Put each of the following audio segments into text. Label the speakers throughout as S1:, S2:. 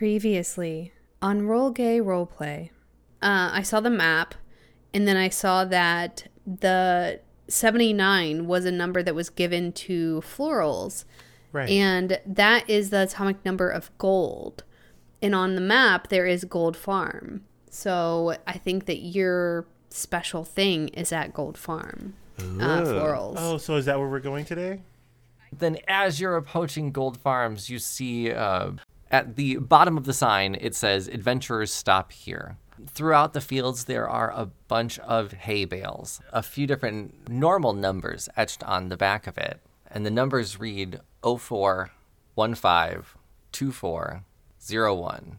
S1: previously on Roll Gay Roleplay. Uh, I saw the map, and then I saw that the 79 was a number that was given to florals,
S2: Right.
S1: and that is the atomic number of gold. And on the map, there is Gold Farm. So I think that your special thing is at Gold Farm. Uh, florals.
S2: oh, so is that where we're going today?
S3: Then, as you're approaching Gold Farms, you see uh, at the bottom of the sign it says "Adventurers Stop Here." Throughout the fields, there are a bunch of hay bales, a few different normal numbers etched on the back of it, and the numbers read "Oh 04, 15, 24, 01.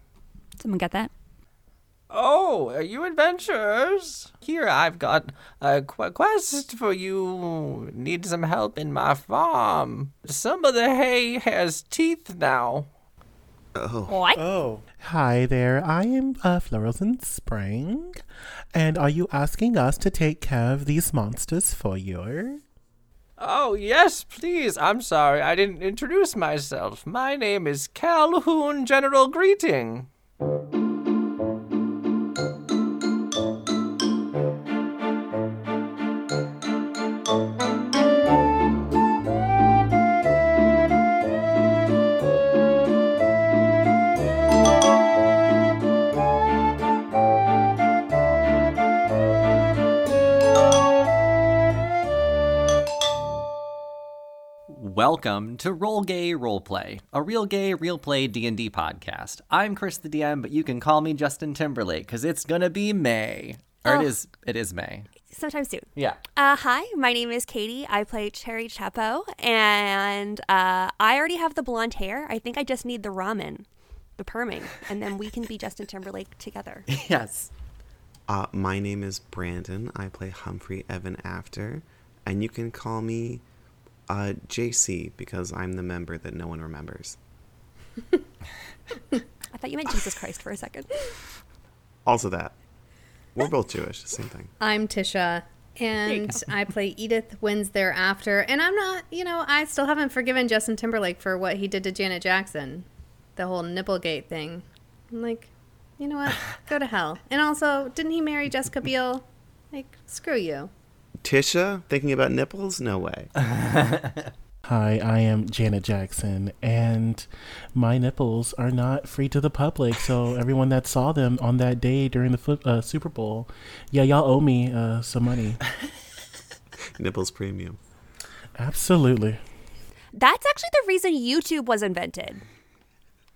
S4: Someone got that?
S3: Oh, are you adventurers? Here, I've got a qu- quest for you. Need some help in my farm. Some of the hay has teeth now.
S4: What?
S2: Oh,
S5: Hi there, I am uh, Florals in Spring, and are you asking us to take care of these monsters for you?
S3: Oh, yes, please. I'm sorry, I didn't introduce myself. My name is Calhoun General Greeting.
S6: Welcome to Roll Gay Roleplay, a real gay, real play D&D podcast. I'm Chris the DM, but you can call me Justin Timberlake cuz it's going to be May. Or
S4: Oh.
S6: it is it is May.
S4: Sometime soon.
S6: Yeah.
S4: Uh, hi, my name is Katie. I play Cherry Chapo, and uh, I already have the blonde hair. I think I just need the ramen, the perming, and then we can be Justin Timberlake together.
S6: Yes.
S7: Uh, my name is Brandon. I play Humphrey Evan After, and you can call me uh, JC because I'm the member that no one remembers.
S4: I thought you meant Jesus Christ for a second.
S7: Also, that we're both Jewish, same thing.
S1: I'm Tisha, and I play Edith Wins thereafter. And I'm not, you know, I still haven't forgiven Justin Timberlake for what he did to Janet Jackson, the whole Nipplegate thing. I'm like, you know what? Go to hell. And also, didn't he marry Jessica Biel? Like, screw you.
S7: Tisha, thinking about nipples? No way.
S5: Hi, I am Janet Jackson, and my nipples are not free to the public, so everyone that saw them on that day during the flip, uh, Super Bowl, yeah, y'all owe me uh, some money.
S7: nipples premium.
S5: Absolutely.
S4: That's actually the reason YouTube was invented.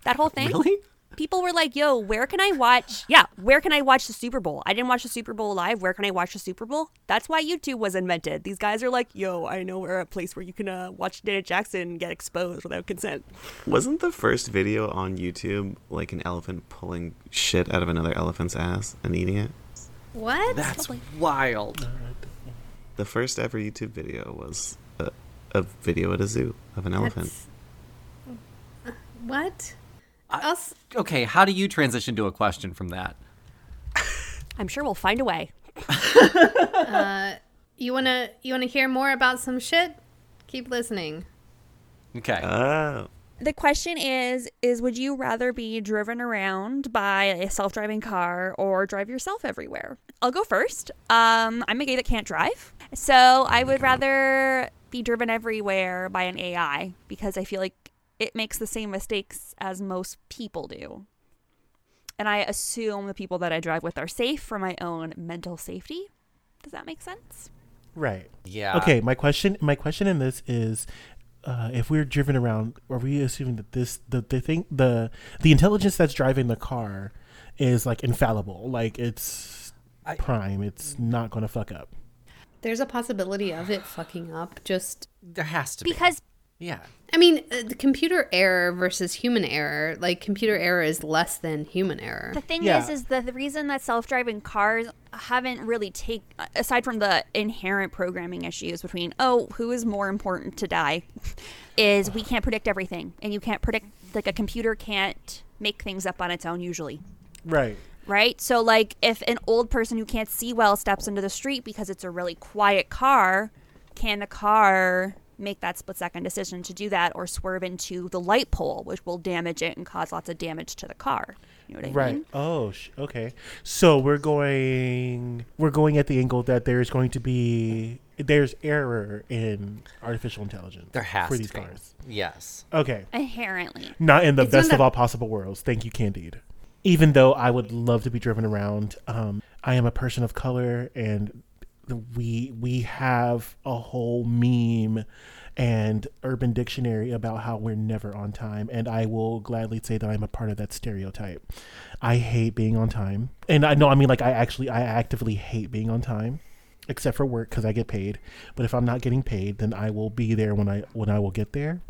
S4: That whole thing.
S6: Really?
S4: People were like, "Yo, where can I watch? Yeah, where can I watch the Super Bowl? I didn't watch the Super Bowl live. Where can I watch the Super Bowl?" That's why YouTube was invented. These guys are like, "Yo, I know where a place where you can uh, watch Janet Jackson get exposed without consent."
S7: Wasn't the first video on YouTube like an elephant pulling shit out of another elephant's ass and eating it?
S1: What?
S6: That's wild.
S7: The first ever YouTube video was a, a video at a zoo of an elephant.
S1: That's- What?
S6: I-
S1: Us-
S6: Okay, how do you transition to a question from that?
S4: I'm sure we'll find a way.
S1: you wanna you wanna hear more about some shit? Keep listening.
S6: Okay.
S7: Oh.
S4: The question is is would you rather be driven around by a self-driving car or drive yourself everywhere? I'll go first. Um, I'm a gay that can't drive. So I would rather be driven everywhere by an AI because I feel like it makes the same mistakes as most people do. And I assume the people that I drive with are safe for my own mental safety. Does that make sense?
S5: Right.
S6: yeah.
S5: okay, my question my question in this is uh, if we're driven around, are we assuming that this the, the thing the the intelligence that's driving the car is like infallible, like it's
S3: I-
S5: prime, it's not gonna fuck up.
S1: There's a possibility of it fucking up. Just
S3: There has to
S4: Because
S3: be. Yeah.
S1: I mean, uh, the computer error versus human error, like computer error is less than human error.
S4: The thing
S5: Yeah.
S4: is, is the, the reason that self-driving cars haven't really take uh, aside from the inherent programming issues between oh, who is more important to die, is we can't predict everything, and you can't predict like a computer can't make things up on its own usually.
S5: Right.
S4: Right? So, like, if an old person who can't see well steps into the street because it's a really quiet car, can the car make that split second decision to do that or swerve into the light pole, which will damage it and cause lots of damage to the car. You know what I
S5: Right.
S4: mean?
S5: Oh, sh- okay. So we're going we're going at the angle that there's going to be there's error in artificial intelligence.
S3: There has
S5: for
S3: to
S5: these
S3: be.
S5: cars.
S3: Yes.
S5: Okay.
S4: Inherently.
S5: Not in the
S1: It's
S5: best
S1: not
S5: of
S1: that-
S5: all possible worlds. Thank you, Candide. Even though I would love to be driven around, um, I am a person of color, and the- we we have a whole meme and Urban Dictionary about how we're never on time, and I will gladly say that I'm a part of that stereotype. I hate being on time, and I know I mean like I actually I actively hate being on time except for work because I get paid. But if I'm not getting paid, then I will be there when I when I will get there.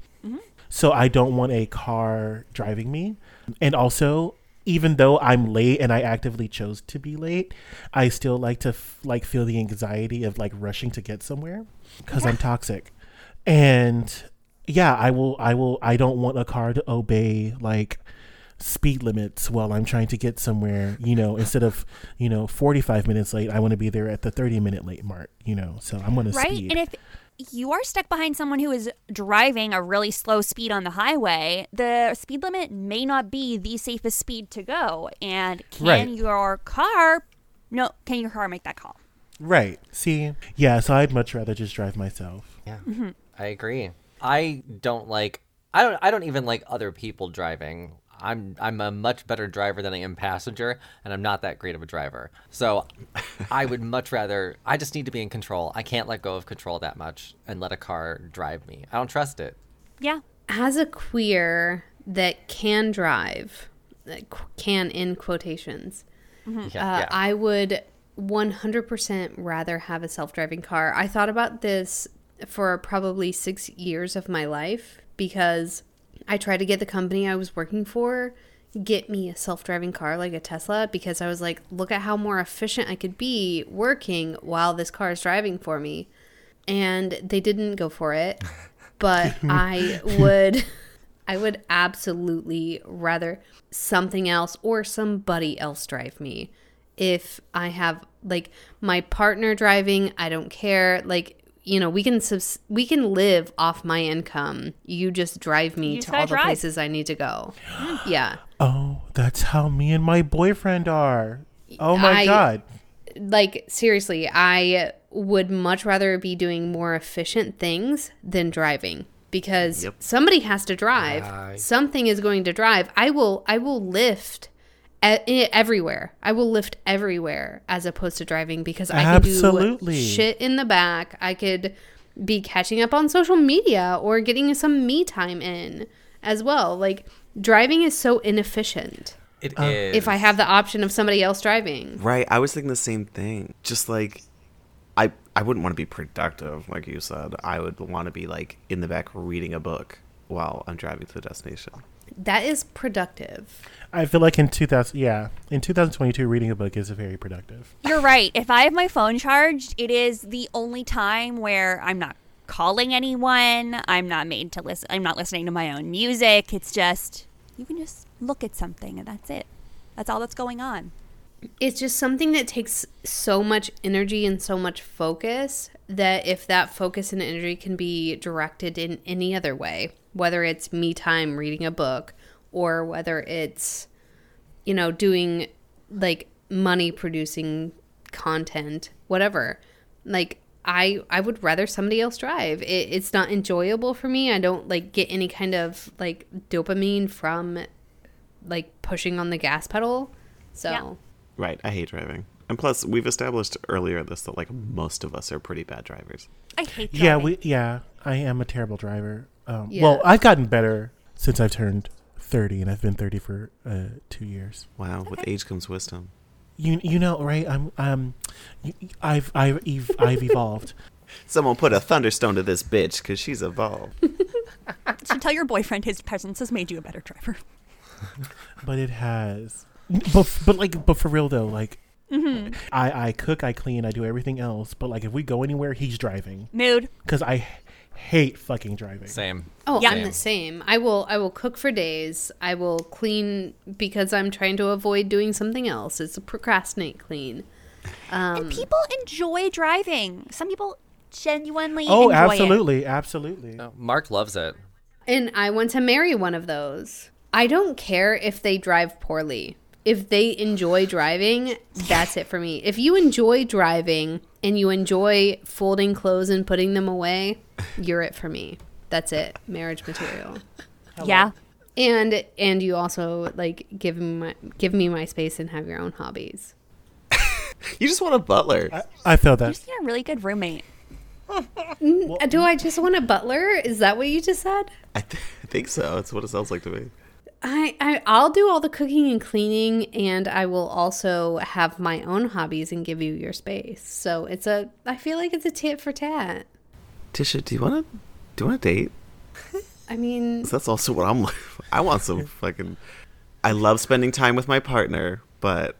S5: So I don't want a car driving me. And also, even though I'm late and I actively chose to be late, I still like to f- like feel the anxiety of like rushing to get somewhere because I'm toxic. And yeah, I will. I will. I don't want a car to obey like speed limits while I'm trying to get somewhere, you know, instead of, you know, 45 minutes late, I want to be there at the 30 minute late mark, you know, so I'm going to
S4: Right?
S5: speed.
S4: And if you are stuck behind someone who is driving a really slow speed on the highway, the speed limit may not be the safest speed to go. And can
S5: Right.
S4: your car no can your car make that call?
S5: right. See? Yeah. So I'd much rather just drive myself.
S3: Yeah. I agree. I don't like I don't I don't even like other people driving. I'm I'm a much better driver than I am passenger and I'm not that great of a driver. So I would much rather I just need to be in control. I can't let go of control that much and let a car drive me. I don't trust it.
S4: Yeah.
S1: as a queer that can drive, that qu- can in quotations,
S3: Yeah,
S1: uh,
S3: yeah.
S1: I would 100% rather have a self driving car. I thought about this for probably six years of my life because I tried to get the company I was working for get me a self-driving car like a Tesla because I was like look at how more efficient I could be working while this car is driving for me and they didn't go for it but I would I would absolutely rather something else or somebody else drive me. If I have like my partner driving, I don't care. Like, you know, we can subs- we can live off my income. You just drive me
S4: You just
S1: to
S4: gotta
S1: all the
S4: drive.
S1: places I need to go. yeah.
S5: Oh, that's how me and my boyfriend are. Oh my
S1: I-
S5: God.
S1: like seriously, I would much rather be doing more efficient things than driving because somebody has to drive. Something is going to drive. I will I will lift e- e- everywhere. I will lift everywhere as opposed to driving because I can
S5: Absolutely.
S1: do shit in the back. I could be catching up on social media or getting some me time in as well. Like driving is so inefficient
S3: It is.
S1: if I have the option of somebody else driving.
S7: Right. I was thinking the same thing. Just like I I wouldn't want to be productive, like you said. I would want to be like in the back reading a book while I'm driving to the destination.
S1: That is productive.
S5: I feel like in 2000, yeah, in 2022, reading a book is very productive.
S4: You're right. If I have my phone charged, it is the only time where I'm not calling anyone. I'm not made to listen. I'm not listening to my own music. It's just you can just look at something and that's it. That's all that's going on.
S1: it's just something that takes so much energy and so much focus that if that focus and energy can be directed in any other way, whether it's me time reading a book or whether it's, you know, doing like money producing content, whatever, like I I would rather somebody else drive. It, it's not enjoyable for me. I don't like get any kind of like dopamine from like pushing on the gas pedal. So.
S4: Yeah.
S7: Right. I hate driving. And plus, we've established earlier this that like most of us are pretty bad drivers.
S4: I hate driving.
S5: Yeah, we, yeah, I am a terrible driver. Um,
S1: Yeah.
S5: Well, I've gotten better since I've turned 30, and I've been 30 for uh, two years.
S7: Wow. With age comes wisdom.
S5: You, you know, right? I'm, um, y- I've, I've, ev- I've evolved.
S7: Someone put a thunderstone to this bitch because she's evolved.
S4: So tell your boyfriend his presence has made you a better driver.
S5: but it has but, f- but like but for real though like
S1: Mm-hmm.
S5: i i cook i clean i do everything else but like if we go anywhere he's driving
S4: Mood.
S5: because i h- hate fucking driving
S3: same.
S1: Oh,
S4: Yeah.
S1: I'm the same. I will I will cook for days. I will clean because I'm trying to avoid doing something else. It's a procrastinate clean.
S4: Um, and people enjoy driving. Some people genuinely
S5: Oh,
S4: enjoy it.
S5: absolutely, absolutely.
S3: No, Mark loves it.
S1: And I want to marry one of those. I don't care if they drive poorly. If they enjoy driving, that's it for me. If you enjoy driving and you enjoy folding clothes and putting them away, you're it for me. That's it. Marriage material.
S4: Yeah.
S1: And and you also like give me my, give me my space and have your own hobbies.
S7: You just want a butler.
S5: I, I feel
S4: You
S5: that.
S4: just need a really good roommate.
S1: Do I just want a butler? Is that what you just said?
S7: I, th- I think so. It's what it sounds like to me.
S1: I, I I'll do all the cooking and cleaning, and I will also have my own hobbies and give you your space. So it's a I feel like it's a tit for tat.
S7: Tisha, do you want to do you want to date?
S1: I mean,
S7: 'Cause that's also what I'm. I want some fucking. I love spending time with my partner, but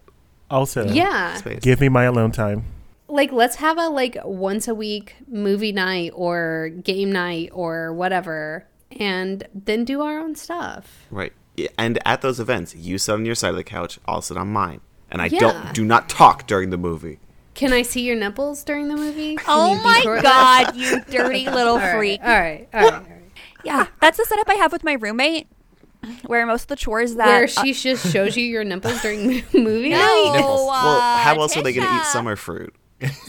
S5: Also,
S3: Uh.
S1: yeah,
S7: space.
S5: give me my alone time.
S1: like let's have a like once a week movie night or game night or whatever, and then do our own stuff.
S7: Right. Yeah, And at those events, you sit on your side of the couch, I'll sit on mine. And I
S1: Yeah.
S7: don't do not talk during the movie.
S1: Can I see your nipples during the movie? Can
S4: Oh
S1: you be
S4: my
S1: short-
S4: god, you dirty little
S1: All right,
S4: freak.
S1: all right, all right. All right.
S4: Yeah, that's the setup I have with my roommate, where most of the chores that
S1: Where she just shows you your nipples during the movie night.
S4: No,
S7: well, how
S4: uh,
S7: else are they going to eat
S4: Tisha.
S7: summer fruit?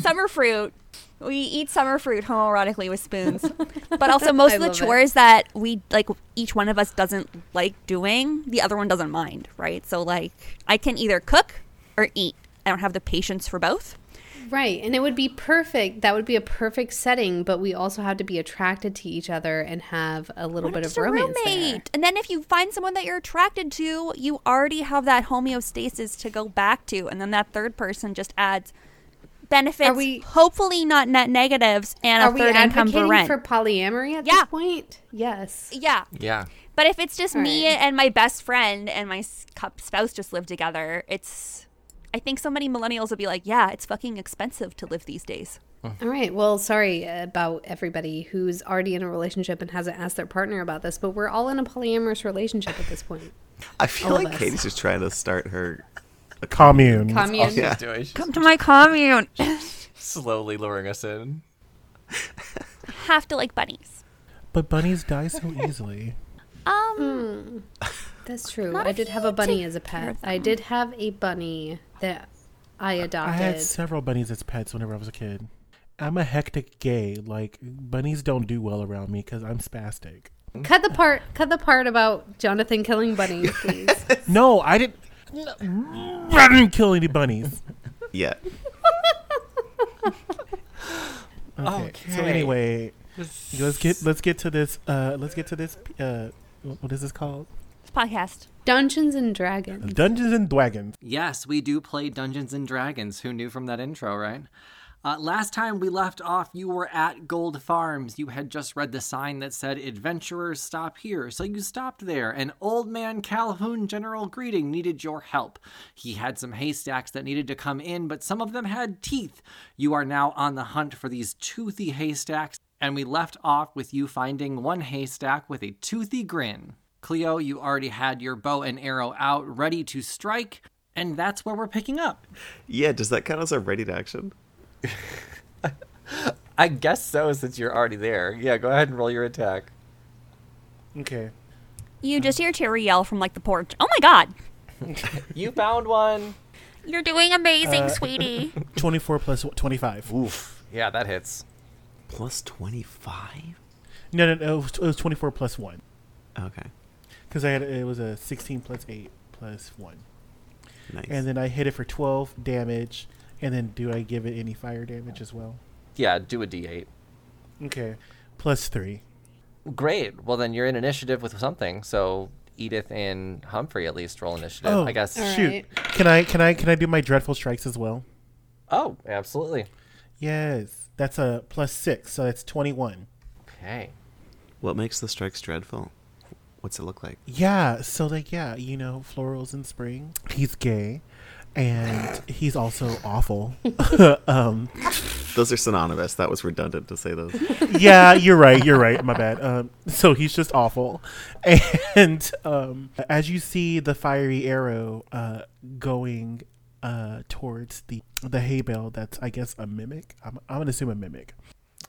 S4: summer fruit. We eat summer fruit homoerotically with spoons. but also most
S1: I
S4: of the
S1: love it.
S4: chores that we like each one of us doesn't like doing, the other one doesn't mind, right? So like I can either cook or eat. I don't have the patience for both.
S1: Right. And it would be perfect. That would be a perfect setting, but we also have to be attracted to each other and have a little bit of
S4: Just a
S1: romance. There.
S4: And then if you find someone that you're attracted to, you already have that homeostasis to go back to. And then that third person just adds benefits,
S1: Are we-
S4: hopefully not net negatives, and
S1: Are
S4: a
S1: we
S4: third income for
S1: advocating
S4: rent.
S1: for polyamory at
S4: Yeah.
S1: this point? Yes.
S4: yeah.
S3: Yeah.
S4: But if it's just me
S1: Right.
S4: and my best friend and my s- cou- spouse just live together, it's. I think so many millennials will be like, yeah, it's fucking expensive to live these days.
S1: All right. Well, sorry about everybody who's already in a relationship and hasn't asked their partner about this, but we're all in a polyamorous relationship at this point.
S7: I feel
S1: All of
S7: like
S1: us.
S7: Katie's just trying to start her.
S5: Commune.
S1: Commune.
S7: Yeah.
S3: Doing, she's
S4: Come to my commune.
S3: slowly luring us in.
S4: Have to like bunnies.
S5: But bunnies die so easily.
S4: Um,
S1: That's true.
S4: Not
S1: I
S4: if
S1: did have
S4: you
S1: a bunny
S4: take
S1: as a
S4: care
S1: pet.
S4: of
S1: I
S4: them.
S1: did have a bunny that I
S5: I
S1: adopted.
S5: had several bunnies as pets whenever I was a kid. I'm a hectic gay. Like bunnies don't do well around me because I'm spastic.
S1: cut the part cut the part about Jonathan killing bunnies, please.
S5: No, I didn't. I didn't kill any bunnies.
S7: Yeah.
S5: Okay. So anyway, let's get let's get to this. Uh, let's get to this. Uh, what is this called?
S4: podcast.
S1: Dungeons and Dragons.
S5: Dungeons and Dragons.
S6: Yes, we do play Dungeons and Dragons. Who knew from that intro, right? Uh, last time we left off, you were at Gold Farms. You had just read the sign that said, Adventurers stop here. So you stopped there, and Old Man Calhoun General Greeting needed your help. He had some haystacks that needed to come in, but some of them had teeth. You are now on the hunt for these toothy haystacks, and we left off with you finding one haystack with a toothy grin. Cleo, you already had your bow and arrow out, ready to strike, and that's where we're picking up.
S7: Yeah. Does that count as a ready to action?
S3: I guess so, since you're already there. Yeah, go ahead and roll your attack.
S5: Okay.
S4: You just hear Terry yell from like the porch. Oh my god,
S3: You found one.
S4: you're doing amazing, sweetie.
S5: Twenty-four plus twenty-five.
S7: Oof.
S3: Yeah, that hits.
S7: Plus 25?
S5: No, no, no. It was, it was twenty-four plus one
S7: Okay.
S5: because I had it was a sixteen plus eight plus one,
S7: Nice.
S5: and then I hit it for twelve damage. And then do I give it any fire damage as well?
S3: Yeah, do a d8.
S5: Okay. Plus three.
S3: Great. Well, then you're in initiative with something. So Edith and Humphrey at least roll initiative. I guess.
S1: Oh. All
S5: Oh, Shoot.
S1: right.
S5: Can I can I can I do my dreadful strikes as well?
S3: Oh, absolutely.
S5: Yes. That's a plus six, so that's twenty one.
S3: Okay.
S7: what makes the strikes dreadful? What's it look like?
S5: Yeah, so like yeah, you know, florals in spring. He's gay. And he's also awful. um,
S7: Those are synonymous. That was redundant to say those.
S5: yeah, you're right. You're right. My bad. Um, so he's just awful. And um, as you see the fiery arrow uh, going uh, towards the the hay bale, that's I guess a mimic. I'm, I'm gonna assume a mimic.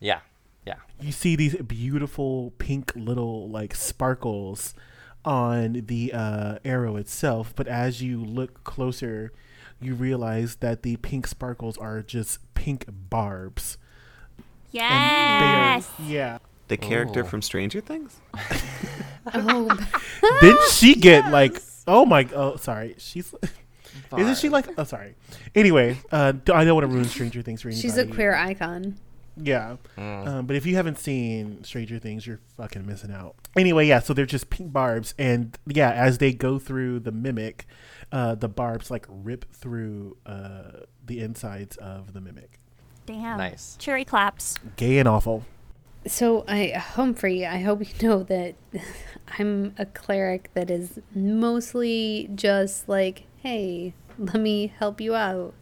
S3: Yeah. Yeah.
S5: you see these beautiful pink little like sparkles on the uh, arrow itself, but as you look closer, you realize that the pink sparkles are just pink barbs. They are-
S4: Yes.
S5: Yeah.
S7: The character
S3: Oh.
S7: from Stranger Things?
S1: Oh,
S5: Didn't she get like? Oh my! Oh, sorry. She's. Isn't she like? Oh, sorry. Anyway, uh, d- I don't want to ruin Stranger Things for anybody.
S1: she's a queer icon.
S5: Yeah. Um, but if you haven't seen Stranger Things, you're fucking missing out. Anyway, yeah, so they're just pink barbs. And yeah, as they go through the mimic, uh, the barbs like rip through uh, the insides of the mimic.
S4: Damn.
S3: Nice.
S4: Cherry claps.
S5: Gay and awful.
S1: So, I, Humphrey, I hope you know that I'm a cleric that is mostly just like, hey, let me help you out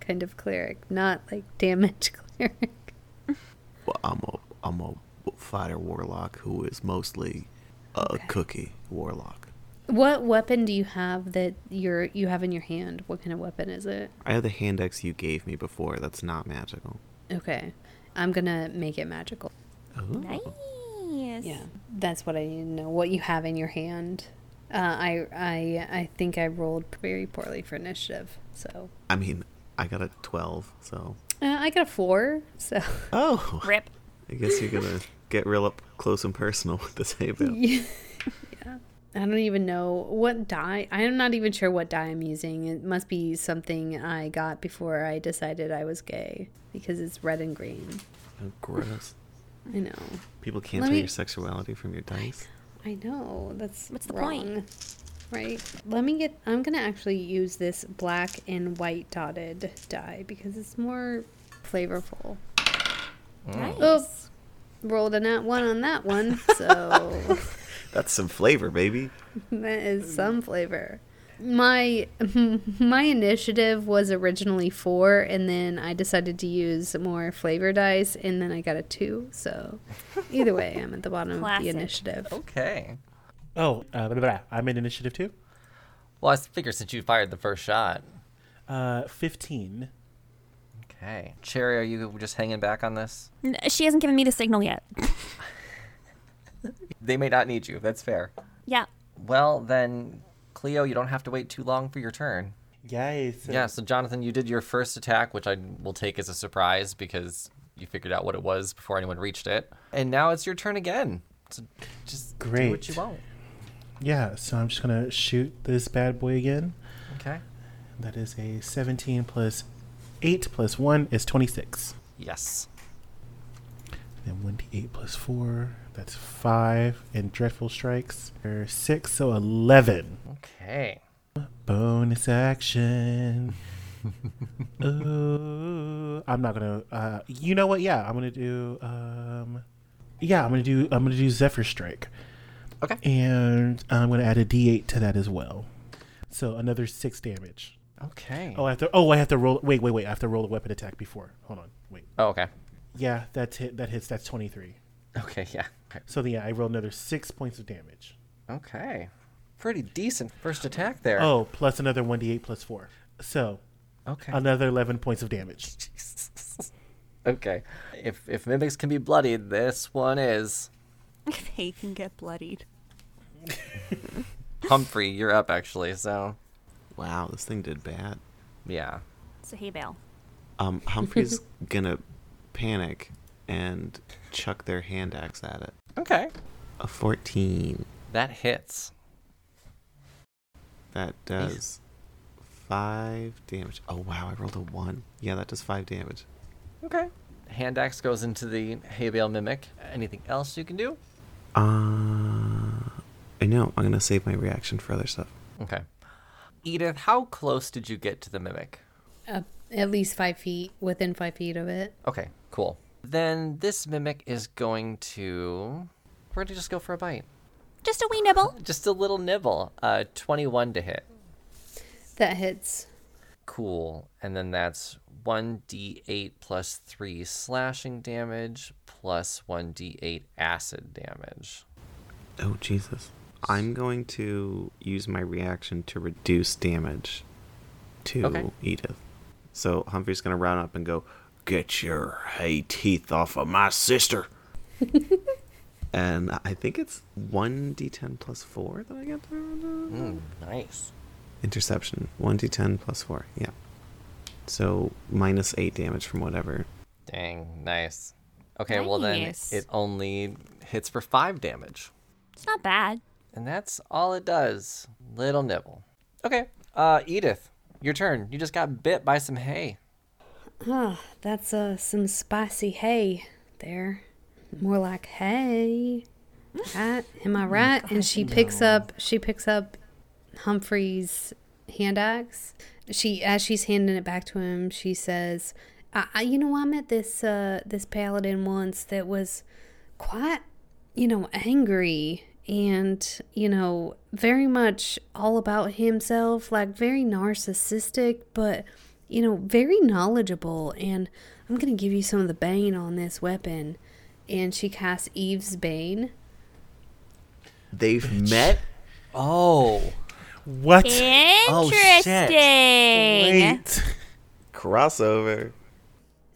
S1: kind of cleric, not like damage cleric.
S7: Well, I'm a I'm a fighter warlock who is mostly a cookie warlock.
S1: What weapon do you have that you're you have in your hand? What kind of weapon is it?
S7: I have the hand axe you gave me before. That's not magical.
S1: Okay. I'm going to make it magical.
S7: Oh.
S4: Nice.
S1: Yeah, that's what I need to know. What you have in your hand. Uh, I I I think I rolled very poorly for initiative, so
S7: I mean, I got a twelve, so
S1: uh, I got a four. So
S7: oh,
S4: Rip.
S7: I guess you're gonna get real up close and personal with this hay bale.
S1: yeah, I don't even know what die. I'm not even sure what die I'm using. It must be something I got before I decided I was gay because it's red and green.
S7: Oh, gross.
S1: I know,
S7: People can't
S1: Let
S7: tell
S1: me-
S7: your sexuality from your dice.
S1: I know. That's
S4: What's the
S1: wrong.
S4: point?
S1: Right. Let me get. I'm gonna actually use this black and white dotted die because it's more flavorful.
S4: Nice.
S1: Oh, rolled a nat one on that one, so
S7: That's some flavor, baby.
S1: that is some flavor. My my initiative was originally four, and then I decided to use more flavor dice, and then I got a two. So either way, I'm at the bottom
S4: Classic.
S1: of the initiative.
S3: Okay.
S5: Oh, uh, blah, blah, blah. I'm in initiative too.
S3: Well, I figure since you fired the first shot.
S5: Uh, 15.
S3: Okay. Cherry, are you just hanging back on this?
S4: N- She hasn't given me the signal yet.
S3: They may not need you. That's fair.
S4: yeah.
S3: Well, then, Cleo, you don't have to wait too long for your turn.
S5: Yes.
S3: Yeah, so Jonathan, you did your first attack, which I will take as a surprise because you figured out what it was before anyone reached it. And now it's your turn again. So just do what
S5: Great.
S3: you want.
S5: Yeah, so I'm just going to shoot this bad boy again.
S3: Okay.
S5: That is a 17 plus 8 plus 1 is 26.
S3: Yes.
S5: Then 1d8 plus 4, that's 5. And Dreadful Strikes are 6, so 11.
S3: Okay.
S5: Bonus action. Ooh, I'm not gonna. Uh, you know what? Yeah, I'm gonna do. Um, yeah, I'm gonna do. I'm gonna do Zephyr Strike.
S3: Okay.
S5: And I'm gonna add a D8 to that as well. So another six damage.
S3: Okay.
S5: Oh, I have to. Oh, I have to roll. Wait, wait, wait. I have to roll a weapon attack before. Hold on. Wait.
S3: Oh, okay.
S5: Yeah, that's hit. That hits. That's 23.
S3: Okay, yeah.
S5: So yeah, I rolled another six points of damage.
S3: Okay. Pretty decent first attack there.
S5: Oh, plus another 1d8 plus four. So
S3: okay.
S5: another 11 points of damage.
S3: okay. If if mimics can be bloodied, this one is.
S4: They can get bloodied.
S3: Humphrey, you're up actually. So,
S7: Wow, this thing did bad.
S3: yeah.
S4: It's a hay bale.
S7: Um, Humphrey's gonna panic and chuck their hand axe at it.
S3: Okay.
S7: A fourteen.
S3: That hits.
S7: That does five damage. Oh wow, I rolled a one. Yeah, that does five damage.
S3: Okay. Hand axe goes into the hay bale mimic. Anything else you can do?
S7: Uh, I know. I'm gonna save my reaction for other stuff.
S3: Okay. Edith, how close did you get to the mimic?
S1: Uh, at least five feet, within five feet of it.
S3: Okay, cool. Then this mimic is going to. We're gonna just go for a bite.
S4: Just a wee nibble.
S3: Just a little nibble. Uh, 21 to hit.
S1: That hits.
S3: Cool. And then that's 1d8 plus 3 slashing damage plus 1d8 acid damage.
S7: Oh Jesus. I'm going to use my reaction to reduce damage to
S3: Okay.
S7: Edith. So Humphrey's gonna round up and go, Get your hay teeth off of my sister. and I think it's 1d10 plus 4 that I get there.
S3: Nice.
S7: Interception. 1d10 plus 4. Yeah. So minus 8 damage from whatever.
S3: Dang, nice. Okay, well then
S4: Nice.
S3: it only hits for five damage.
S4: It's not bad.
S3: And that's all it does. Little nibble. Okay. Uh Edith, your turn. You just got bit by some hay.
S1: Ah, that's uh, some spicy hay there. More like hay. Right? Am I right? Mm, and she picks up she picks up Humphrey's hand axe. She as she's handing it back to him, she says, I, I you know, I met this uh this paladin once that was quite, you know, angry and, you know, very much all about himself, like very narcissistic, but you know, very knowledgeable and I'm going to give you some of the bane on this weapon. And she casts Eve's bane.
S7: They've met?
S3: Oh.
S2: What?
S3: shit.
S4: Interesting.
S2: Wait.
S7: Crossover.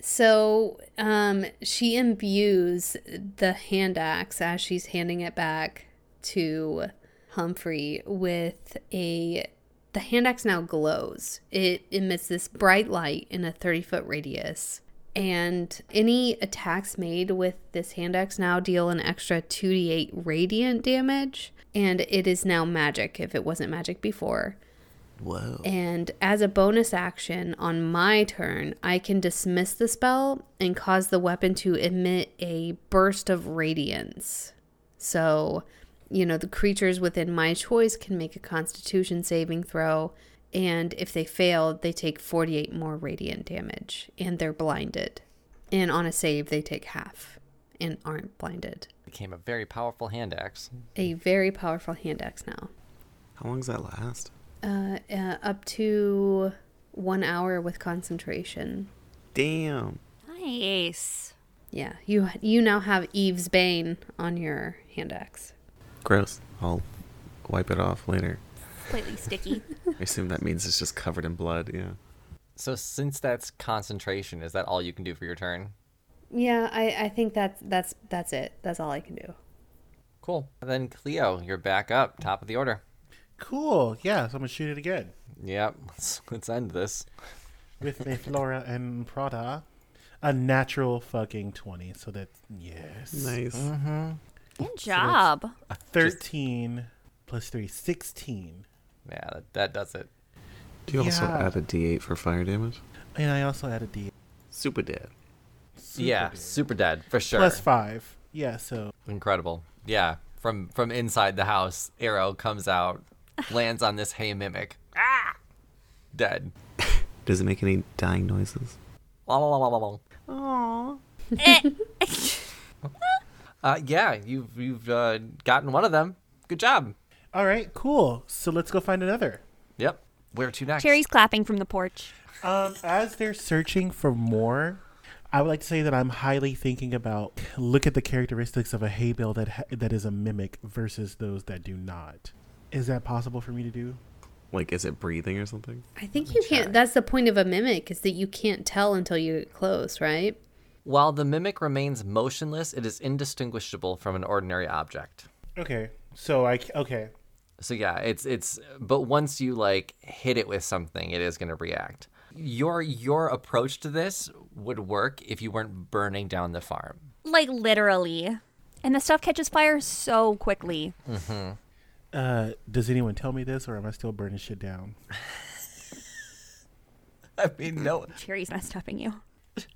S1: So um, she imbues the hand axe as she's handing it back to Humphrey with a. The hand axe now glows. It emits this bright light in a 30 foot radius. And any attacks made with this hand axe now deal an extra 2d8 radiant damage. And it is now magic if it wasn't magic before.
S7: Whoa.
S1: And as a bonus action on my turn, I can dismiss the spell and cause the weapon to emit a burst of radiance. So, you know, the creatures within my choice can make a constitution saving throw. And if they fail, they take 48 more radiant damage and they're blinded. And on a save, they take half and aren't blinded.
S3: Became a very powerful hand axe.
S1: A very powerful hand axe now.
S7: How long does that last?
S1: Uh, uh, up to one hour with concentration.
S7: Damn.
S4: Nice.
S1: Yeah, you you now have Eve's Bane on your hand axe.
S7: Gross. I'll wipe it off later.
S4: Slightly sticky.
S7: I assume that means it's just covered in blood. Yeah.
S3: So since that's concentration, is that all you can do for your turn?
S1: Yeah, I, I think that's that's that's it. That's all I can do.
S3: Cool. then Cleo, you're back up, top of the order.
S2: Cool. Yeah, so I'm gonna shoot it again
S3: Yep. Let's, let's end this.
S5: with the Flora and Prada. A natural fucking 20. So that, yes.
S7: Nice.
S3: Uh, Mm-hmm.
S4: Good job.
S5: A 13 plus 3, 16.
S3: Yeah, that, that does it.
S7: Do you also
S5: Yeah.
S7: add a d8 for fire damage?
S5: And I also added D.
S7: Super dead.
S3: yeah, super dead for sure.
S5: Plus 5. Yeah, so
S3: Incredible. Yeah, from from inside the house, arrow comes out, lands on this hay mimic. Ah! Dead.
S7: Does it make any dying noises?
S3: La, la, la, la, la, la. Uh, yeah, you've you've uh, gotten one of them. Good job.
S5: All right, cool. So let's go find another.
S3: Yep. Where to next?
S4: Cherry's clapping from the porch.
S5: Um, as they're searching for more, I would like to say that I'm highly thinking about look at the characteristics of a hay bale that ha- that is a mimic versus those that do not. Is that possible for me to do?
S7: Like, is it breathing or something?
S1: I think you can't. That's the point of a mimic is that you can't tell until you get close, right?
S3: While the mimic remains motionless, it is indistinguishable from an ordinary object.
S5: Okay. So I c- okay.
S3: So yeah, it's it's but once you like hit it with something, it is going to react. Your your approach to this would work if you weren't burning down the farm.
S4: Like literally. And the stuff catches fire so quickly.
S5: Uh, does anyone tell me this, or am I still burning shit down?
S3: I mean, no.
S4: Cherry's not stopping you.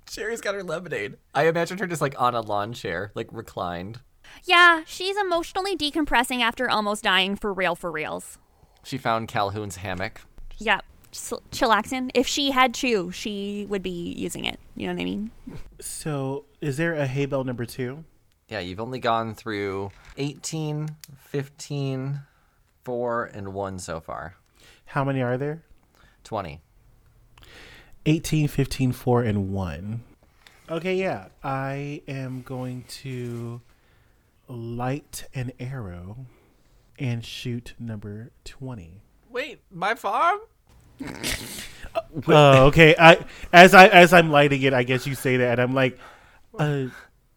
S3: Sherry's got her lemonade. I imagine her just like on a lawn chair, like reclined.
S4: Yeah, she's emotionally decompressing after almost dying for real for reals.
S3: She found Calhoun's hammock.
S4: Yep. Just chillaxing. If she had chew, she would be using it. You know what I mean?
S5: So is there a hay bale number two?
S3: Yeah, you've only gone through 18, 15, 4, and 1 so far.
S5: How many are there?
S3: 20.
S5: 18, 15, 4, and 1. Okay, yeah. I am going to light an arrow and shoot number 20.
S3: Wait, my farm?
S5: Oh, okay. I as I as I'm lighting it, I guess you say that. I'm like, uh,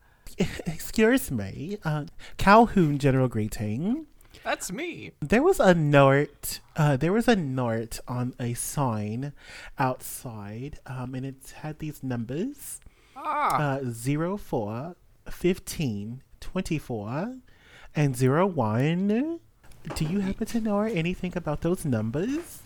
S5: excuse me, uh, Calhoun General Greeting.
S3: That's me.
S5: There was a note. Uh, there was a note on a sign outside, um, and it had these numbers: uh, 04, 15, 24, and 01. Do you happen to know anything about those numbers?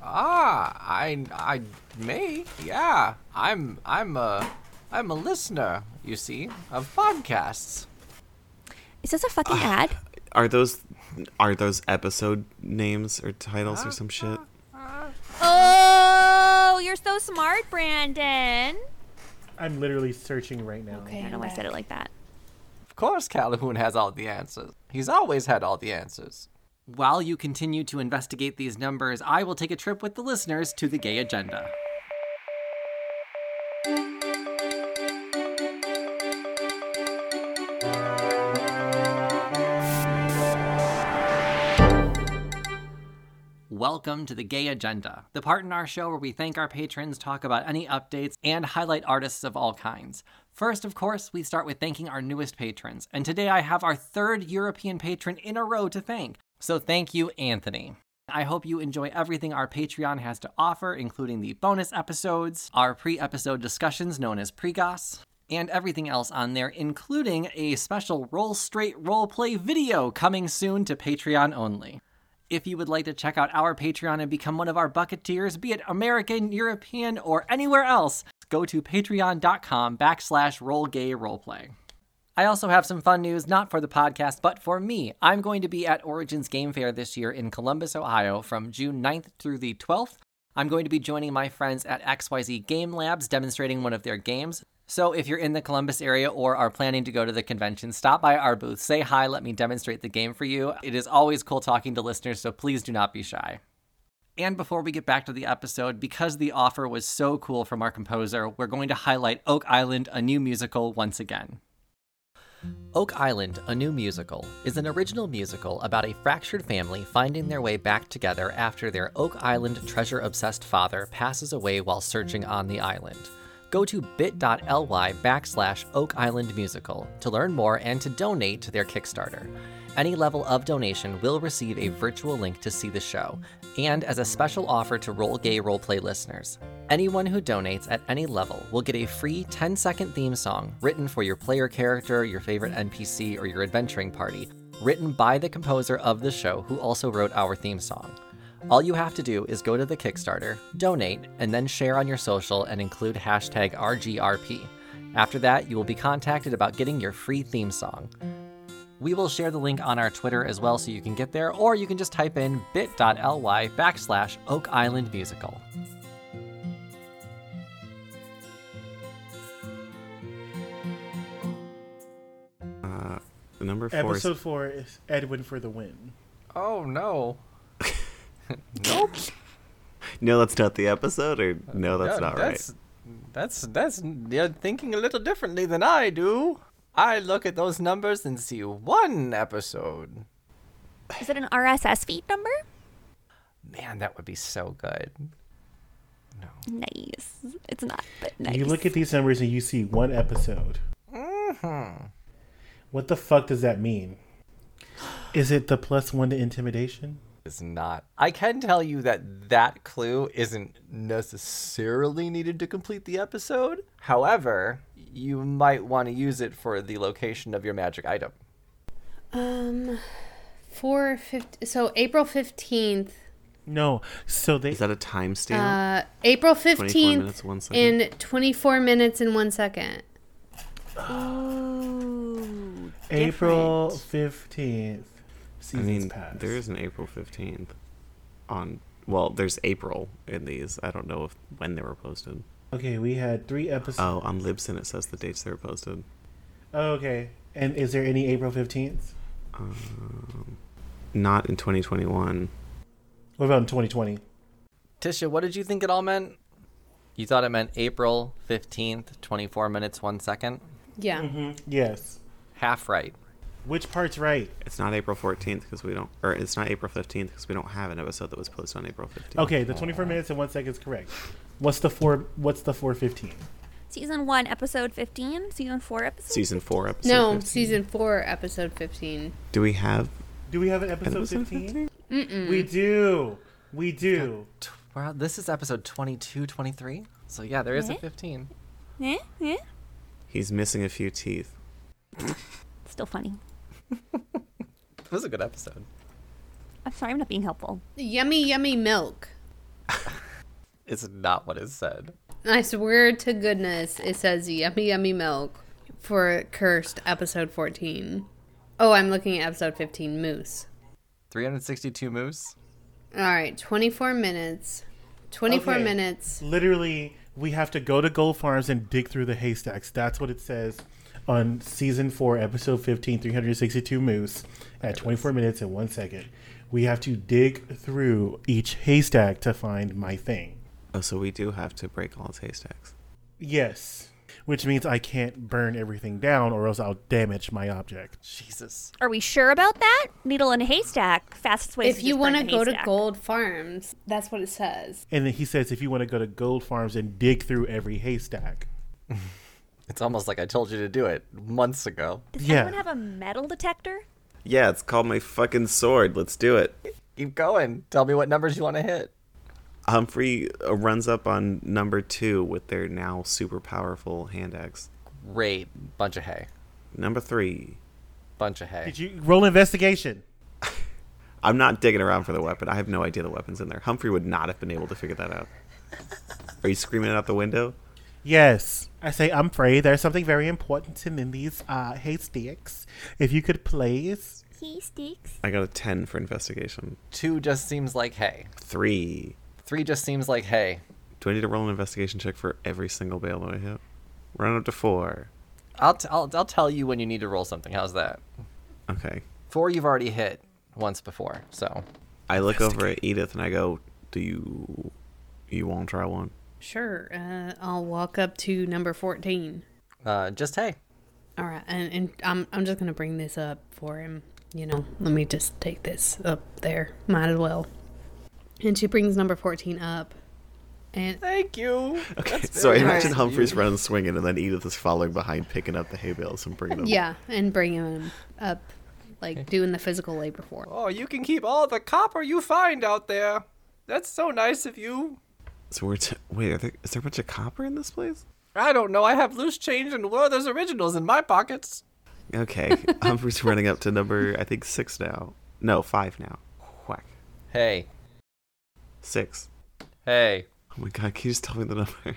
S3: Ah, I, I, me, yeah. I'm, I'm a, I'm a listener. You see, of podcasts.
S4: Is this a fucking ad?
S7: Are those are those episode names or titles or some shit?
S4: Oh, you're so smart, Brandon.
S5: I'm literally searching right now.
S4: I don't know why I said it like that.
S3: Of course, Calhoun has all the answers. He's always had all the answers.
S6: While you continue to investigate these numbers, I will take a trip with the listeners to the gay agenda. Welcome to the Gay Agenda, the part in our show where we thank our patrons, talk about any updates, and highlight artists of all kinds. First, of course, we start with thanking our newest patrons, and today I have our third European patron in a row to thank. So thank you, Anthony. I hope you enjoy everything our Patreon has to offer, including the bonus episodes, our pre episode discussions known as pregos, and everything else on there, including a special Roll Straight Roleplay video coming soon to Patreon only. If you would like to check out our Patreon and become one of our bucketeers, be it American, European, or anywhere else, go to patreon.com backslash rollgayroleplay. I also have some fun news, not for the podcast, but for me. I'm going to be at Origins Game Fair this year in Columbus, Ohio from June 9th through the 12th. I'm going to be joining my friends at XYZ Game Labs demonstrating one of their games. So if you're in the Columbus area or are planning to go to the convention, stop by our booth, say hi, let me demonstrate the game for you. It is always cool talking to listeners, so please do not be shy. And before we get back to the episode, because the offer was so cool from our composer, we're going to highlight Oak Island, a new musical, once again. Oak Island, a new musical, is an original musical about a fractured family finding their way back together after their Oak Island treasure obsessed father passes away while searching on the island. Go to bit.ly backslash Oak Island Musical to learn more and to donate to their Kickstarter. Any level of donation will receive a virtual link to see the show, and as a special offer to Roll Gay Roleplay listeners. Anyone who donates at any level will get a free 10 second theme song written for your player character, your favorite NPC, or your adventuring party, written by the composer of the show who also wrote our theme song. All you have to do is go to the Kickstarter, donate, and then share on your social and include hashtag RGRP. After that, you will be contacted about getting your free theme song. We will share the link on our Twitter as well so you can get there, or you can just type in bit.ly backslash Oak Island Musical.
S7: The number four is
S5: Episode four is Edwin for the win.
S3: Oh no.
S7: no, that's not the episode, or Uh, no, that's not right.
S3: That's that's you're thinking a little differently than I do. I look at those numbers and see one episode.
S4: Is it an RSS feed number?
S3: Man, that would be so good.
S4: Nice. It's not, but nice.
S5: You look at these numbers and you see one episode.
S7: Mm-hmm.
S5: What the fuck does that mean? Is it the plus one to intimidation?
S3: It's not. I can tell you that that clue isn't necessarily needed to complete the episode. However, you might want to use it for the location of your magic item.
S1: Um, four fifty. So April fifteenth.
S5: No. So they
S7: Is that a timestamp?
S1: Uh, April
S7: 24
S1: fifteenth
S7: minutes, one second.
S1: in twenty four minutes and one second.
S4: Ooh,
S5: April
S4: different.
S5: fifteenth.
S7: I
S5: Seasons
S7: mean,
S5: past.
S7: there is an April 15th on. Well, there's April in these. I don't know if when they were posted.
S5: Okay, we had three episodes.
S7: Oh, on Libsyn it says the dates they were posted.
S5: Oh, okay. And is there any April fifteenth?
S7: Um, Not in 2021.
S5: What about in twenty twenty?
S3: Tisha, what did you think it all meant? You thought it meant April 15th, 24 minutes, 1 second?
S7: Mm-hmm.
S1: Yeah.
S5: Yes.
S3: Half right.
S5: Which part's right?
S7: It's not April 14th because we don't, or it's not April 15th because we don't have an episode that was posted on April 15th.
S5: Okay, the 24
S7: Oh.
S5: minutes and one second is correct. What's the four? What's the 415?
S4: Season one, episode fifteen. Season four, episode.
S7: Season 4, episode
S1: No,
S7: 15.
S1: season four, episode fifteen.
S7: Do we have
S5: Do we have an episode
S7: Episode
S5: 15? We do. We do.
S3: Tw- Wow, this is episode 22, 23. So yeah, there is a
S4: Yeah.
S3: 15.
S4: Eh, eh.
S7: He's missing a few teeth.
S4: Still funny.
S3: It was a good episode.
S4: I'm sorry, I'm not being helpful.
S1: Yummy, yummy milk.
S3: It's not what it said.
S1: I swear to goodness, it says yummy, yummy milk for cursed episode 14. Oh, I'm looking at episode 15, Moose.
S3: 362 moose.
S1: All right, 24 minutes. 24
S5: Okay.
S1: minutes.
S5: Literally, we have to go to Gold Farms and dig through the haystacks. That's what it says on season 4, episode 15, 362 Moose at 24 minutes and one second. We have to dig through each haystack to find my thing.
S7: Oh, so we do have to break all his haystacks.
S5: Yes. Which means I can't burn everything down or else I'll damage my object.
S3: Jesus.
S4: Are we sure about that? Needle in a haystack. Fastest way.
S1: If you want to go to
S4: gold.
S1: Gold Farms, that's what it says.
S5: And then he says if you want to go to Gold Farms and dig through every haystack.
S3: It's almost like I told you to do it months ago.
S4: Does
S5: Yeah.
S4: anyone have a metal detector?
S7: Yeah, it's called my fucking sword. Let's do it.
S3: Keep going. Tell me what numbers you want to hit.
S7: Humphrey uh, runs up on number two with their now super powerful hand axe.
S3: Great. Bunch of hay.
S7: Number three.
S3: Bunch of hay.
S5: Did you roll investigation?
S7: I'm not digging around for the weapon. I have no idea the weapon's in there. Humphrey would not have been able to figure that out. Are you screaming it out the window?
S5: Yes. I say, I'm afraid there's something very important in these uh, haystacks. If you could please.
S4: He sticks.
S7: I got a 10 for investigation.
S3: Two just seems like hay.
S7: Three.
S3: Three just seems like hay.
S7: Do I need to roll an investigation check for every single bail that I hit? Run up to four.
S3: I'll, t- I'll, I'll tell you when you need to roll something. How's that?
S7: Okay.
S3: Four you've already hit once before. So
S7: I look over at Edith and I go, "Do you you want to try one?"
S1: Sure, uh, I'll walk up to number 14.
S3: uh, just hay.
S1: All right, and, and I'm, I'm just going to bring this up for him. You know, let me just take this up there. Might as well. And she brings number 14 up. And
S3: Thank you.
S7: Okay. So I imagine
S1: Alright.
S7: Humphrey's running swinging, and then Edith is following behind, picking up the hay bales and bringing them.
S1: Yeah, and bring him up, like doing the physical labor for him.
S3: Oh, you can keep all the copper you find out there. That's so nice of you.
S7: So we're t- wait. Are there, is there a bunch of copper in this place?
S3: I don't know. I have loose change and Werther's originals in my pockets.
S7: Okay. Humphrey's running up to number I think six now. No, five now. Whack.
S3: Hey,
S7: Six.
S3: hey.
S7: Oh my god! Can you just tell me the number?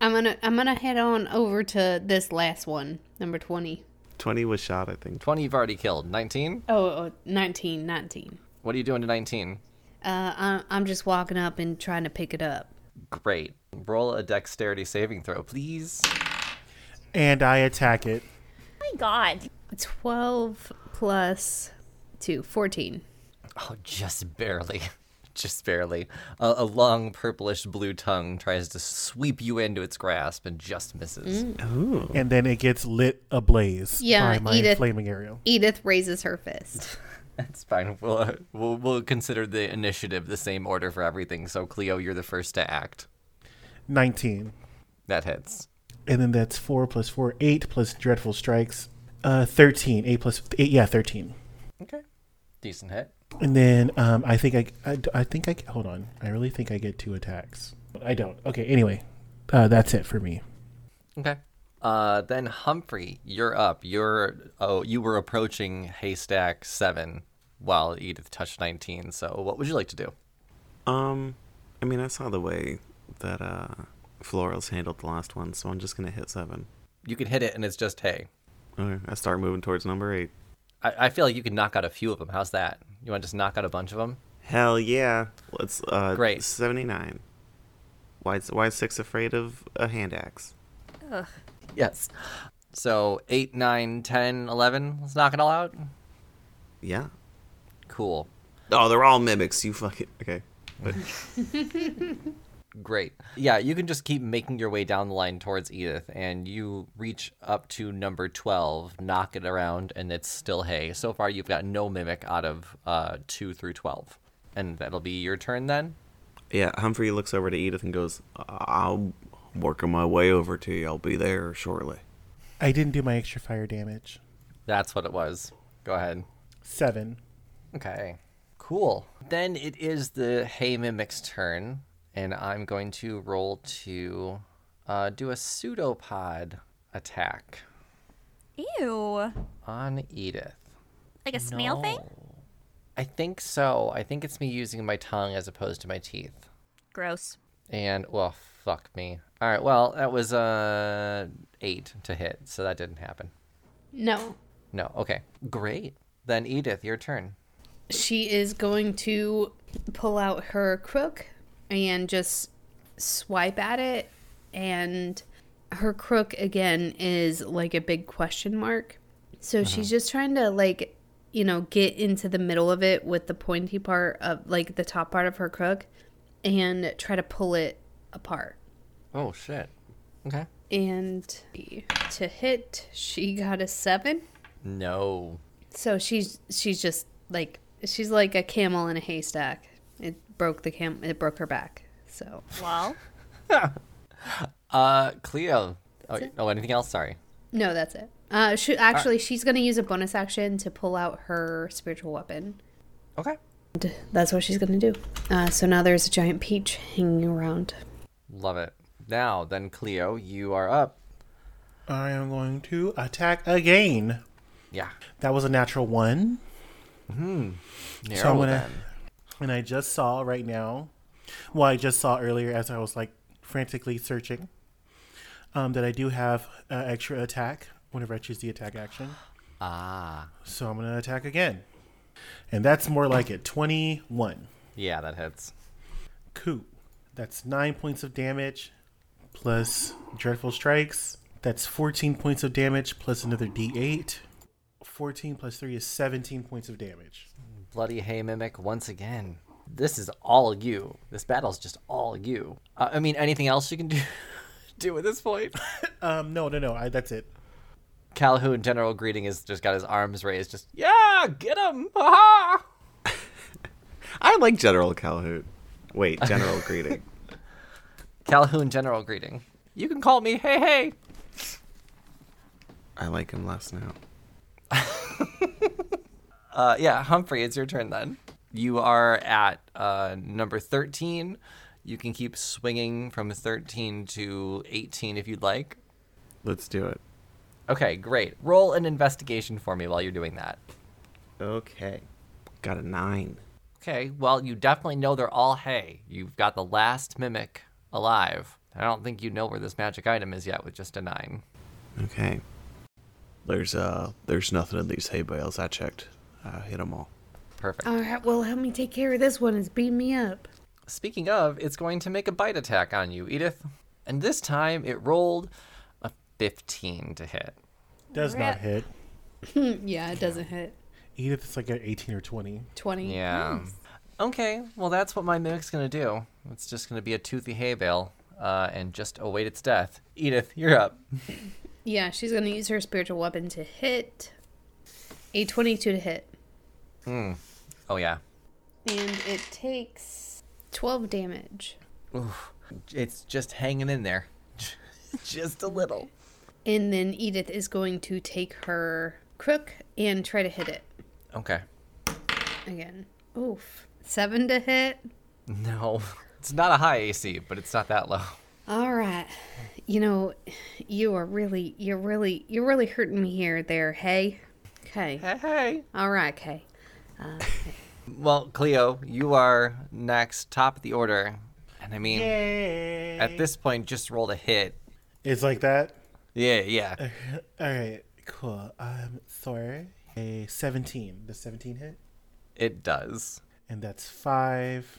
S1: I'm gonna I'm gonna head on over to this last one, number twenty.
S7: Twenty was shot, I think.
S3: 20 you've already killed. 19?
S1: Oh, oh 19, 19.
S3: What are you doing to 19?
S1: Uh, I'm I'm just walking up and trying to pick it up.
S3: Great. Roll a dexterity saving throw, please.
S5: And I attack it.
S4: My God.
S1: Twelve plus two, 14.
S3: Oh, just barely. Just barely. A, a long purplish blue tongue tries to sweep you into its grasp and just misses.
S5: And then it gets lit ablaze
S1: Yeah,
S5: by my
S1: Edith-
S5: flaming arrow.
S1: Edith raises her fist.
S3: That's fine. We'll, uh, we'll we'll consider the initiative the same order for everything. So Cleo, you're the first to act.
S5: 19.
S3: That hits.
S5: And then that's 4 plus 4, 8 plus dreadful strikes. Uh, 13. 8 plus 8. Yeah, 13.
S3: Okay. Decent hit.
S5: And then um, I think I, I, I think I hold on. I really think I get two attacks. I don't. Okay. Anyway, uh, that's it for me.
S3: Okay. Uh, then Humphrey, you're up. You're oh, you were approaching haystack seven while Edith touched nineteen. So what would you like to do?
S7: Um, I mean, I saw the way that uh, Florals handled the last one, so I'm just gonna hit seven.
S3: You can hit it, and it's just hay.
S7: Okay, I start moving towards number eight.
S3: I, I feel like you can knock out a few of them. How's that? You want to just knock out a bunch of them?
S7: Hell yeah! Let's uh,
S3: Great.
S7: seventy nine. Why is why is six afraid of a hand axe?
S3: Yes. So eight, nine, ten, eleven. Let's knock it all out.
S7: Yeah.
S3: Cool.
S7: Oh, they're all mimics. You fucking okay. But
S3: Great. Yeah, you can just keep making your way down the line towards Edith, and you reach up to number 12, knock it around, and it's still hay. So far, you've got no mimic out of uh, 2 through 12. And that'll be your turn then?
S7: Yeah, Humphrey looks over to Edith and goes, "I'll work my way over to you. I'll be there shortly."
S5: I didn't do my extra fire damage.
S3: That's what it was. Go ahead.
S5: Seven.
S3: Okay. Cool. Then it is the Hay Mimic's turn, and I'm going to roll to uh, do a pseudopod attack
S4: Ew.
S3: on Edith.
S4: Like a snail thing?
S3: No. I think so. I think it's me using my tongue as opposed to my teeth.
S4: Gross.
S3: And, well, fuck me. All right, well, that was uh, eight to hit, so that didn't happen.
S1: No.
S3: No, okay. Great. Then, Edith, your turn.
S1: She is going to pull out her crook and just swipe at it. And her crook, again, is like a big question mark. So she's just trying to, like, you know, get into the middle of it with the pointy part of, like, the top part of her crook and try to pull it apart.
S3: Oh, shit. Okay.
S1: And to hit, she got a seven.
S3: No.
S1: So she's she's just like she's like a camel in a haystack. It broke the cam. It broke her back. So
S4: Well,
S3: Uh, Cleo. Oh, oh, anything else? Sorry.
S1: no, that's it. Uh, she actually she's gonna use a bonus action to pull out her spiritual weapon.
S3: Okay.
S1: And that's what she's gonna do. Uh, so now there's a giant peach hanging around.
S3: Love it. Now, then, Cleo, you are up.
S5: I am going to attack again.
S3: Yeah.
S5: That was a natural one.
S3: Narrow
S5: I'm gonna-
S3: then.
S5: And I just saw right now, well, I just saw earlier as I was like frantically searching, um, that I do have uh, extra attack whenever I choose the attack action.
S3: Ah.
S5: So I'm going to attack again. And that's more like it 21.
S3: Yeah, that hits.
S5: Cool. That's nine points of damage plus Dreadful Strikes. That's 14 points of damage plus another d8. 14 plus 3 is 17 points of damage.
S3: Bloody Hay Mimic once again. This is all you. This battle's just all you. Uh, I mean, anything else you can do, do at this point?
S5: Um, no, no, no. I, that's it.
S3: Calhoun, general greeting, is just got his arms raised. Just, yeah, Ah, get him! Ha
S7: I like General Calhoun. Wait, General greeting.
S3: Calhoun, general greeting. You can call me Hey Hey.
S7: I like him less now.
S3: Uh, yeah, Humphrey, it's your turn then. You are at uh, number 13. You can keep swinging from 13 to 18 if you'd like.
S7: Let's do it.
S3: Okay, great. Roll an investigation for me while you're doing that.
S7: Okay. Got a nine.
S3: Okay, well, you definitely know they're all hay. You've got the last mimic alive. I don't think you know where this magic item is yet with just a nine.
S7: Okay. There's uh, there's nothing in these hay bales. I checked. I hit them all.
S3: Perfect.
S1: All right. Well, help me take care of this one. It's beating me up.
S3: Speaking of, it's going to make a bite attack on you, Edith. And this time it rolled a 15 to hit.
S5: Does not
S1: Rip.
S5: hit.
S1: Yeah, it doesn't hit
S5: Edith, it's like an 18 or 20.
S1: twenty.
S3: Yeah. Okay, well, that's what my mimic's gonna do. It's just gonna be a toothy hay bale uh, and just await its death. Edith, you're up.
S1: Yeah, she's gonna use her spiritual weapon to hit. A twenty-two to hit,
S3: Oh, yeah.
S1: and it takes twelve damage.
S3: It's just hanging in there. just a little.
S1: And then Edith is going to take her crook and try to hit it
S3: Okay.
S1: again. Oof. Seven to hit.
S3: No, it's not a high AC, but it's not that low.
S1: All right. You know, you are really, you're really, you're really hurting me here, there. Hey. Okay.
S3: Hey, hey.
S1: All right, Kay.
S3: Well, Cleo, you are next, top of the order. And I mean, at this point, just roll a hit.
S5: It's like that.
S3: Yeah, yeah.
S5: All right, cool. Um, sorry. A 17. The 17 hit.
S3: It does.
S5: And that's 5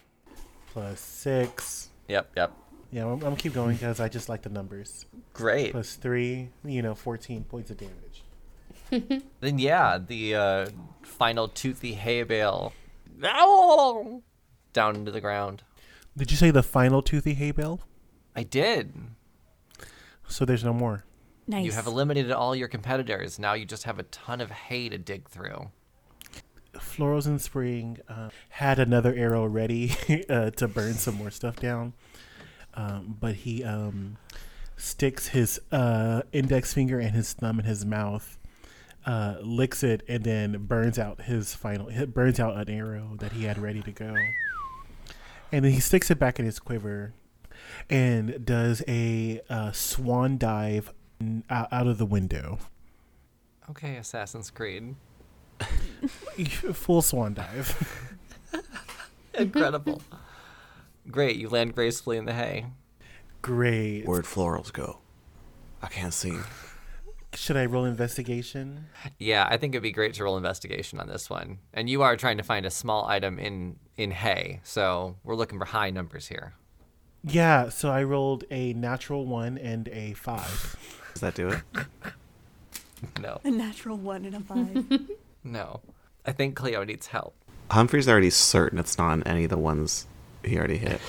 S5: plus 6.
S3: Yep, yep.
S5: Yeah, I'm, I'm gonna keep going because I just like the numbers.
S3: Great.
S5: Plus 3, you know, 14 points of damage.
S3: Then yeah, the uh, final toothy hay bale Ow! down into the ground.
S2: Did you say the final toothy hay bale?
S3: I did.
S2: So there's no more.
S4: Nice.
S3: You have eliminated all your competitors. Now you just have a ton of hay to dig through.
S2: Florals in Spring uh, had another arrow ready uh, to burn some more stuff down, um, but he um, sticks his uh, index finger and his thumb in his mouth, uh, licks it, and then burns out his final. He burns out an arrow that he had ready to go, and then he sticks it back in his quiver, and does a uh, swan dive n- out out of the window.
S3: Okay, Assassin's Creed.
S2: Full swan dive.
S3: Incredible. Great, you land gracefully in the hay.
S2: Great.
S7: Where'd florals go? I can't see.
S2: Should I roll investigation?
S3: Yeah, I think it'd be great to roll investigation on this one. And you are trying to find a small item in in hay, so we're looking for high numbers here.
S2: Yeah, so I rolled a natural one and a five.
S7: Does that do it?
S3: No,
S8: A natural one and a five.
S3: no. I think Cleo needs help.
S7: Humphrey's already certain it's not on any of the ones he already hit.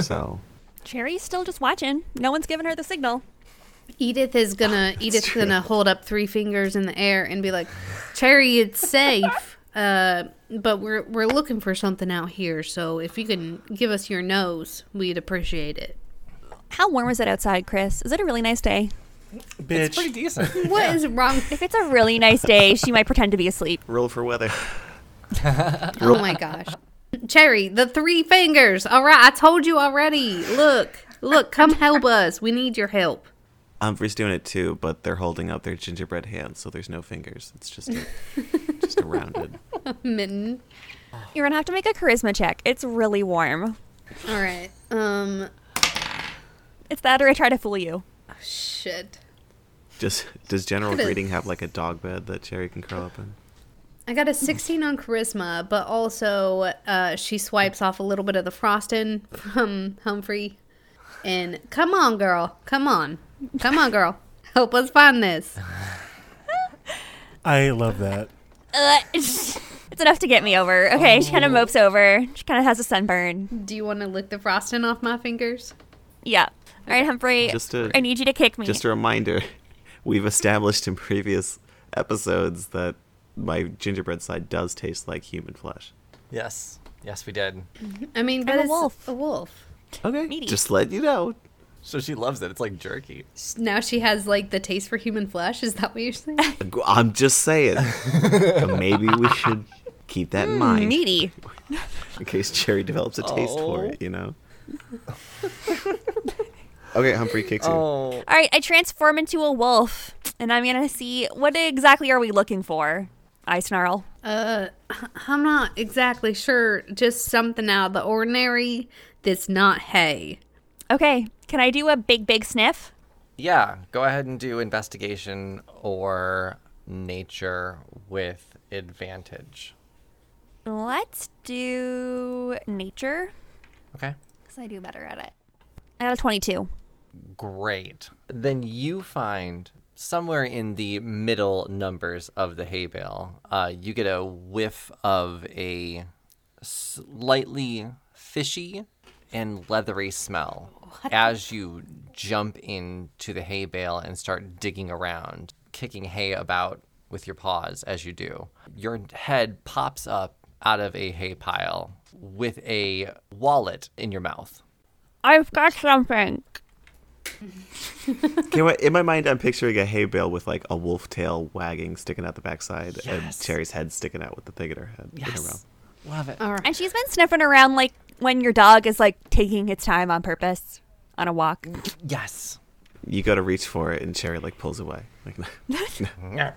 S7: so
S4: Cherry's still just watching. No one's giving her the signal.
S1: Edith is gonna Edith's gonna hold up three fingers in the air and be like, "Cherry, it's safe, uh, but we're we're looking for something out here. So if you can give us your nose, we'd appreciate it."
S4: How warm is it outside, Chris? Is it a really nice day?
S3: It's pretty
S2: Bitch,
S3: decent.
S1: What is wrong?
S4: If it's a really nice day, she might pretend to be asleep.
S7: roll for weather.
S1: Oh my gosh, Cherry, the three fingers. All right, I told you already. Look, look, come help us. We need your help.
S7: Humphrey's doing it too, but they're holding up their gingerbread hands, so there's no fingers. It's just a, just a rounded.
S1: Mitten.
S4: You're gonna have to make a charisma check. It's really warm.
S1: All right. Um.
S4: It's that or I try to fool you.
S1: Shit.
S7: Just does General
S1: Could've-
S7: Greeting have like a dog bed that Cherry can curl up in?
S1: I got a 16 on charisma, but also uh, she swipes off a little bit of the frosting from Humphrey. And come on, girl. Come on. Come on, girl. Help us find this.
S2: I love that.
S4: Uh, it's it's enough to get me over. Okay, she
S7: Oh.
S4: kind of mopes over. She kind of has a sunburn.
S1: Do you want to lick the frosting off my fingers?
S4: Yeah. All right, Humphrey.
S7: Just a-
S4: I need you to kick me.
S7: Just a reminder, we've established in previous episodes that my gingerbread side does taste like human flesh.
S3: yes. Yes, we did.
S1: I mean, but
S4: a
S1: it's
S4: wolf.
S1: a wolf.
S7: Okay.
S4: Meaty.
S7: Just let you know.
S3: So she loves it. It's like jerky.
S1: Now she has like the taste for human flesh. Is that what you're saying?
S7: I'm just saying. Maybe we should keep that in mind
S4: Meaty.
S7: in case Cherry develops a taste for it, you know? okay, Humphrey kicks you.
S3: Oh.
S4: All right, I transform into a wolf, and I'm gonna see what exactly are we looking for. I snarl.
S1: Uh, I'm not exactly sure. Just something out of the ordinary that's not hay.
S4: Okay, can I do a big, big sniff?
S3: Yeah, go ahead and do investigation or nature with advantage.
S4: Let's do nature,
S3: Okay.
S4: because I do better at it. I got a 22.
S3: Great. Then you find somewhere in the middle numbers of the hay bale, uh, you get a whiff of a slightly fishy and leathery smell as you jump into the hay bale and start digging around, kicking hay about with your paws as you do. Your head pops up out of a hay pile with a wallet in your mouth.
S4: I've got something.
S7: You know what? In my mind, I'm picturing a hay bale with like a wolf tail wagging, sticking out the backside, and Cherry's head sticking out with the thing in her head. in her mouth.
S3: Love it.
S4: And she's been sniffing around like when your dog is like taking its time on purpose on a walk.
S3: Yes.
S7: You go to reach for it, and Cherry like pulls away. Like, no,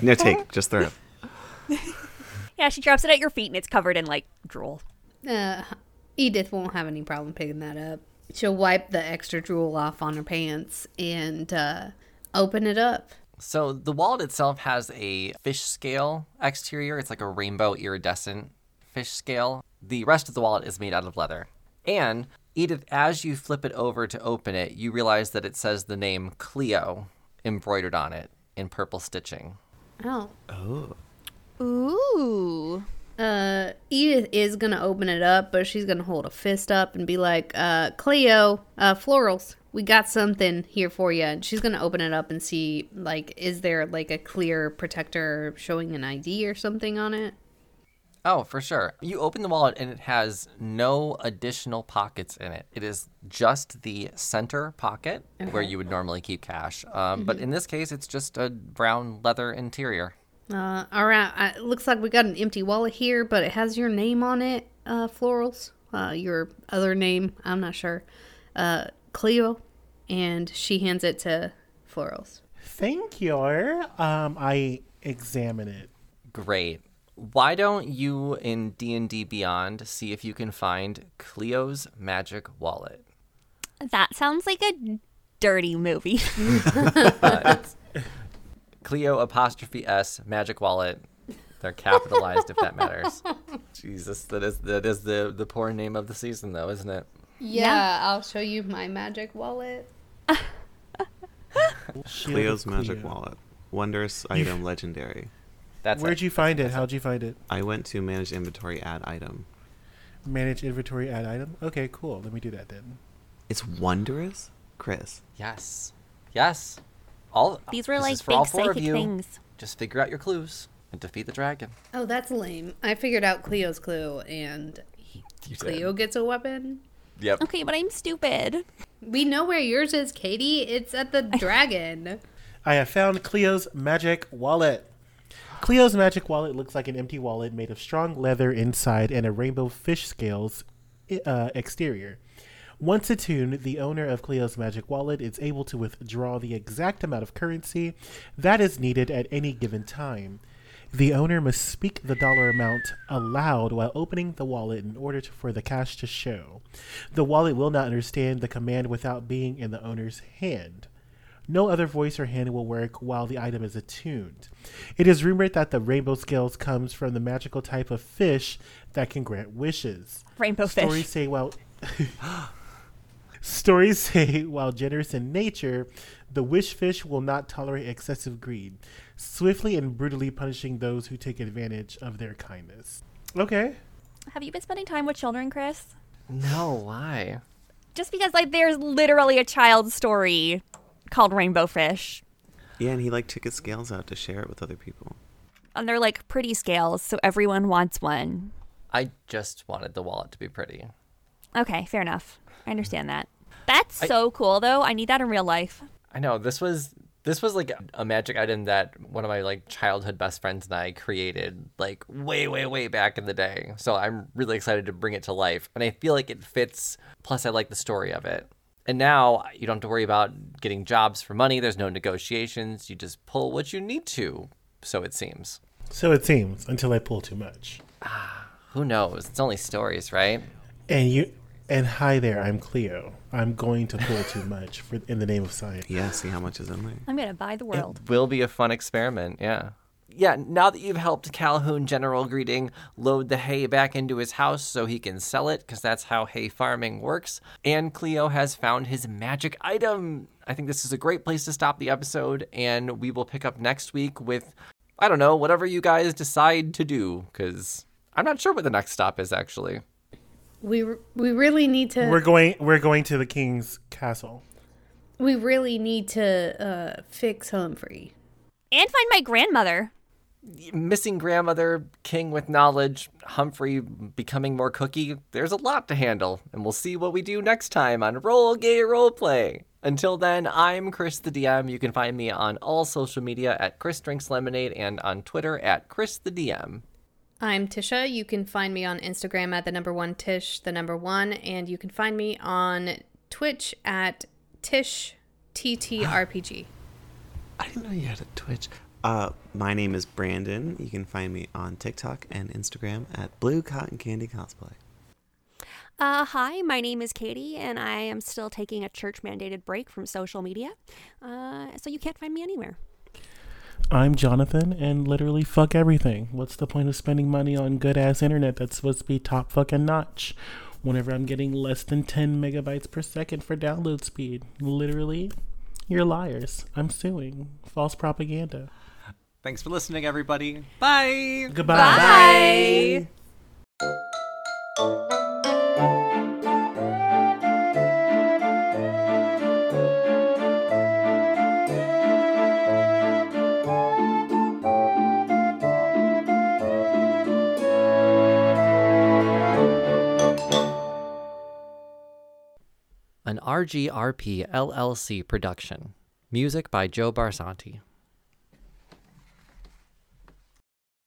S7: no take, just throw it.
S4: Yeah, she drops it at your feet and it's covered in like drool.
S1: Uh, Edith won't have any problem picking that up. She'll wipe the extra drool off on her pants and uh, open it up.
S3: So the wallet itself has a fish scale exterior. It's like a rainbow iridescent fish scale. The rest of the wallet is made out of leather. And Edith, as you flip it over to open it, you realize that it says the name Cleo embroidered on it in purple stitching.
S1: Oh,
S4: Ooh.
S1: Uh, Edith is gonna open it up, but she's gonna hold a fist up and be like, uh, "Cleo, uh, florals, we got something here for you." And she's gonna open it up and see, like, is there like a clear protector showing an ID or something on it?
S3: Oh, for sure. You open the wallet and it has no additional pockets in it. It is just the center pocket where you would normally keep cash. Um, But in this case, it's just a brown leather interior.
S1: Uh, all right. I, it looks like we got an empty wallet here, but it has your name on it, uh, Florals. Uh, your other name, I'm not sure. Uh, Cleo. And she hands it to Florals.
S5: Thank you. Um, I examine it.
S3: Great. Why don't you in D&D Beyond see if you can find Cleo's magic wallet?
S4: That sounds like a dirty movie.
S3: Cleo apostrophe S magic wallet. They're capitalized if that matters. Jesus, that is that is the the poor name of the season though, isn't it?
S1: Yeah, I'll show you my magic wallet.
S7: Cleo's magic wallet. Wondrous item legendary.
S3: That's
S5: Where'd you find it? How'd you find it?
S7: I went to manage inventory add item.
S5: Manage inventory add item. Okay, cool. Let me do that then.
S7: It's wondrous? Chris.
S3: Yes. Yes. All
S4: These were
S3: this
S4: like
S3: is for all
S4: big
S3: four of
S4: psychic
S3: you.
S4: things.
S3: Just figure out your clues and defeat the dragon.
S1: Oh, that's lame. I figured out Cleo's clue, and Cleo gets a weapon.
S3: Yep.
S4: Okay, but I'm stupid.
S1: We know where yours is, Katie. It's at the dragon.
S5: I have found Cleo's magic wallet. Cleo's magic wallet looks like an empty wallet made of strong leather inside and a rainbow fish scales i- uh, exterior. Once attuned, the owner of Cleo's magic wallet is able to withdraw the exact amount of currency that is needed at any given time. The owner must speak the dollar amount aloud while opening the wallet in order to, for the cash to show. The wallet will not understand the command without being in the owner's hand. No other voice or hand will work while the item is attuned. It is rumored that the rainbow scales comes from the magical type of fish that can grant wishes.
S4: Rainbow
S5: Stories
S4: fish.
S5: say while stories say while generous in nature, the wish fish will not tolerate excessive greed, swiftly and brutally punishing those who take advantage of their kindness. Okay.
S4: Have you been spending time with children, Chris?
S3: No, why?
S4: Just because like there's literally a child story called Rainbow Fish.
S7: Yeah, and he like took his scales out to share it with other people.
S4: And they're like pretty scales, so everyone wants one.
S3: I just wanted the wallet to be pretty.
S4: Okay, fair enough. I understand that. That's so cool though. I need that in real life.
S3: I know this was this was like a magic item that one of my like childhood best friends and I created like way way way back in the day. So I'm really excited to bring it to life, and I feel like it fits. Plus, I like the story of it. And now you don't have to worry about getting jobs for money. There's no negotiations. You just pull what you need to. So it seems.
S5: So it seems until I pull too much.
S3: Who knows? It's only stories, right?
S5: And you and hi there, I'm Cleo. I'm going to pull too much for in the name of science.
S7: Yeah, see how much is in there.
S4: I'm gonna buy the world.
S3: will be a fun experiment. Yeah. Yeah, now that you've helped Calhoun General Greeting load the hay back into his house so he can sell it, because that's how hay farming works, and Cleo has found his magic item. I think this is a great place to stop the episode, and we will pick up next week with, I don't know, whatever you guys decide to do, because I'm not sure what the next stop is actually.
S1: We re- we really need to.
S5: We're going we're going to the king's castle.
S1: we really need to uh, fix Humphrey.
S4: And find my grandmother.
S3: Missing grandmother, king with knowledge, Humphrey becoming more cookie. There's a lot to handle, and we'll see what we do next time on Roll Gay Roleplay. Until then, I'm Chris the DM. You can find me on all social media at Chris Drinks Lemonade and on Twitter at Chris the DM.
S1: I'm Tisha. You can find me on Instagram at the number one Tish, the number one, and you can find me on Twitch at Tish TTRPG.
S7: I didn't know you had a Twitch. Uh, my name is Brandon. You can find me on TikTok and Instagram at Blue Cotton Candy Cosplay.
S9: Uh, hi, my name is Katie, and I am still taking a church mandated break from social media. Uh, so you can't find me anywhere.
S6: I'm Jonathan, and literally fuck everything. What's the point of spending money on good ass internet that's supposed to be top fucking notch? Whenever I'm getting less than 10 megabytes per second for download speed, literally, you're liars. I'm suing. False propaganda.
S10: Thanks for listening, everybody. Bye.
S5: Goodbye.
S4: Bye.
S6: An RGRP LLC production. Music by Joe Barsanti.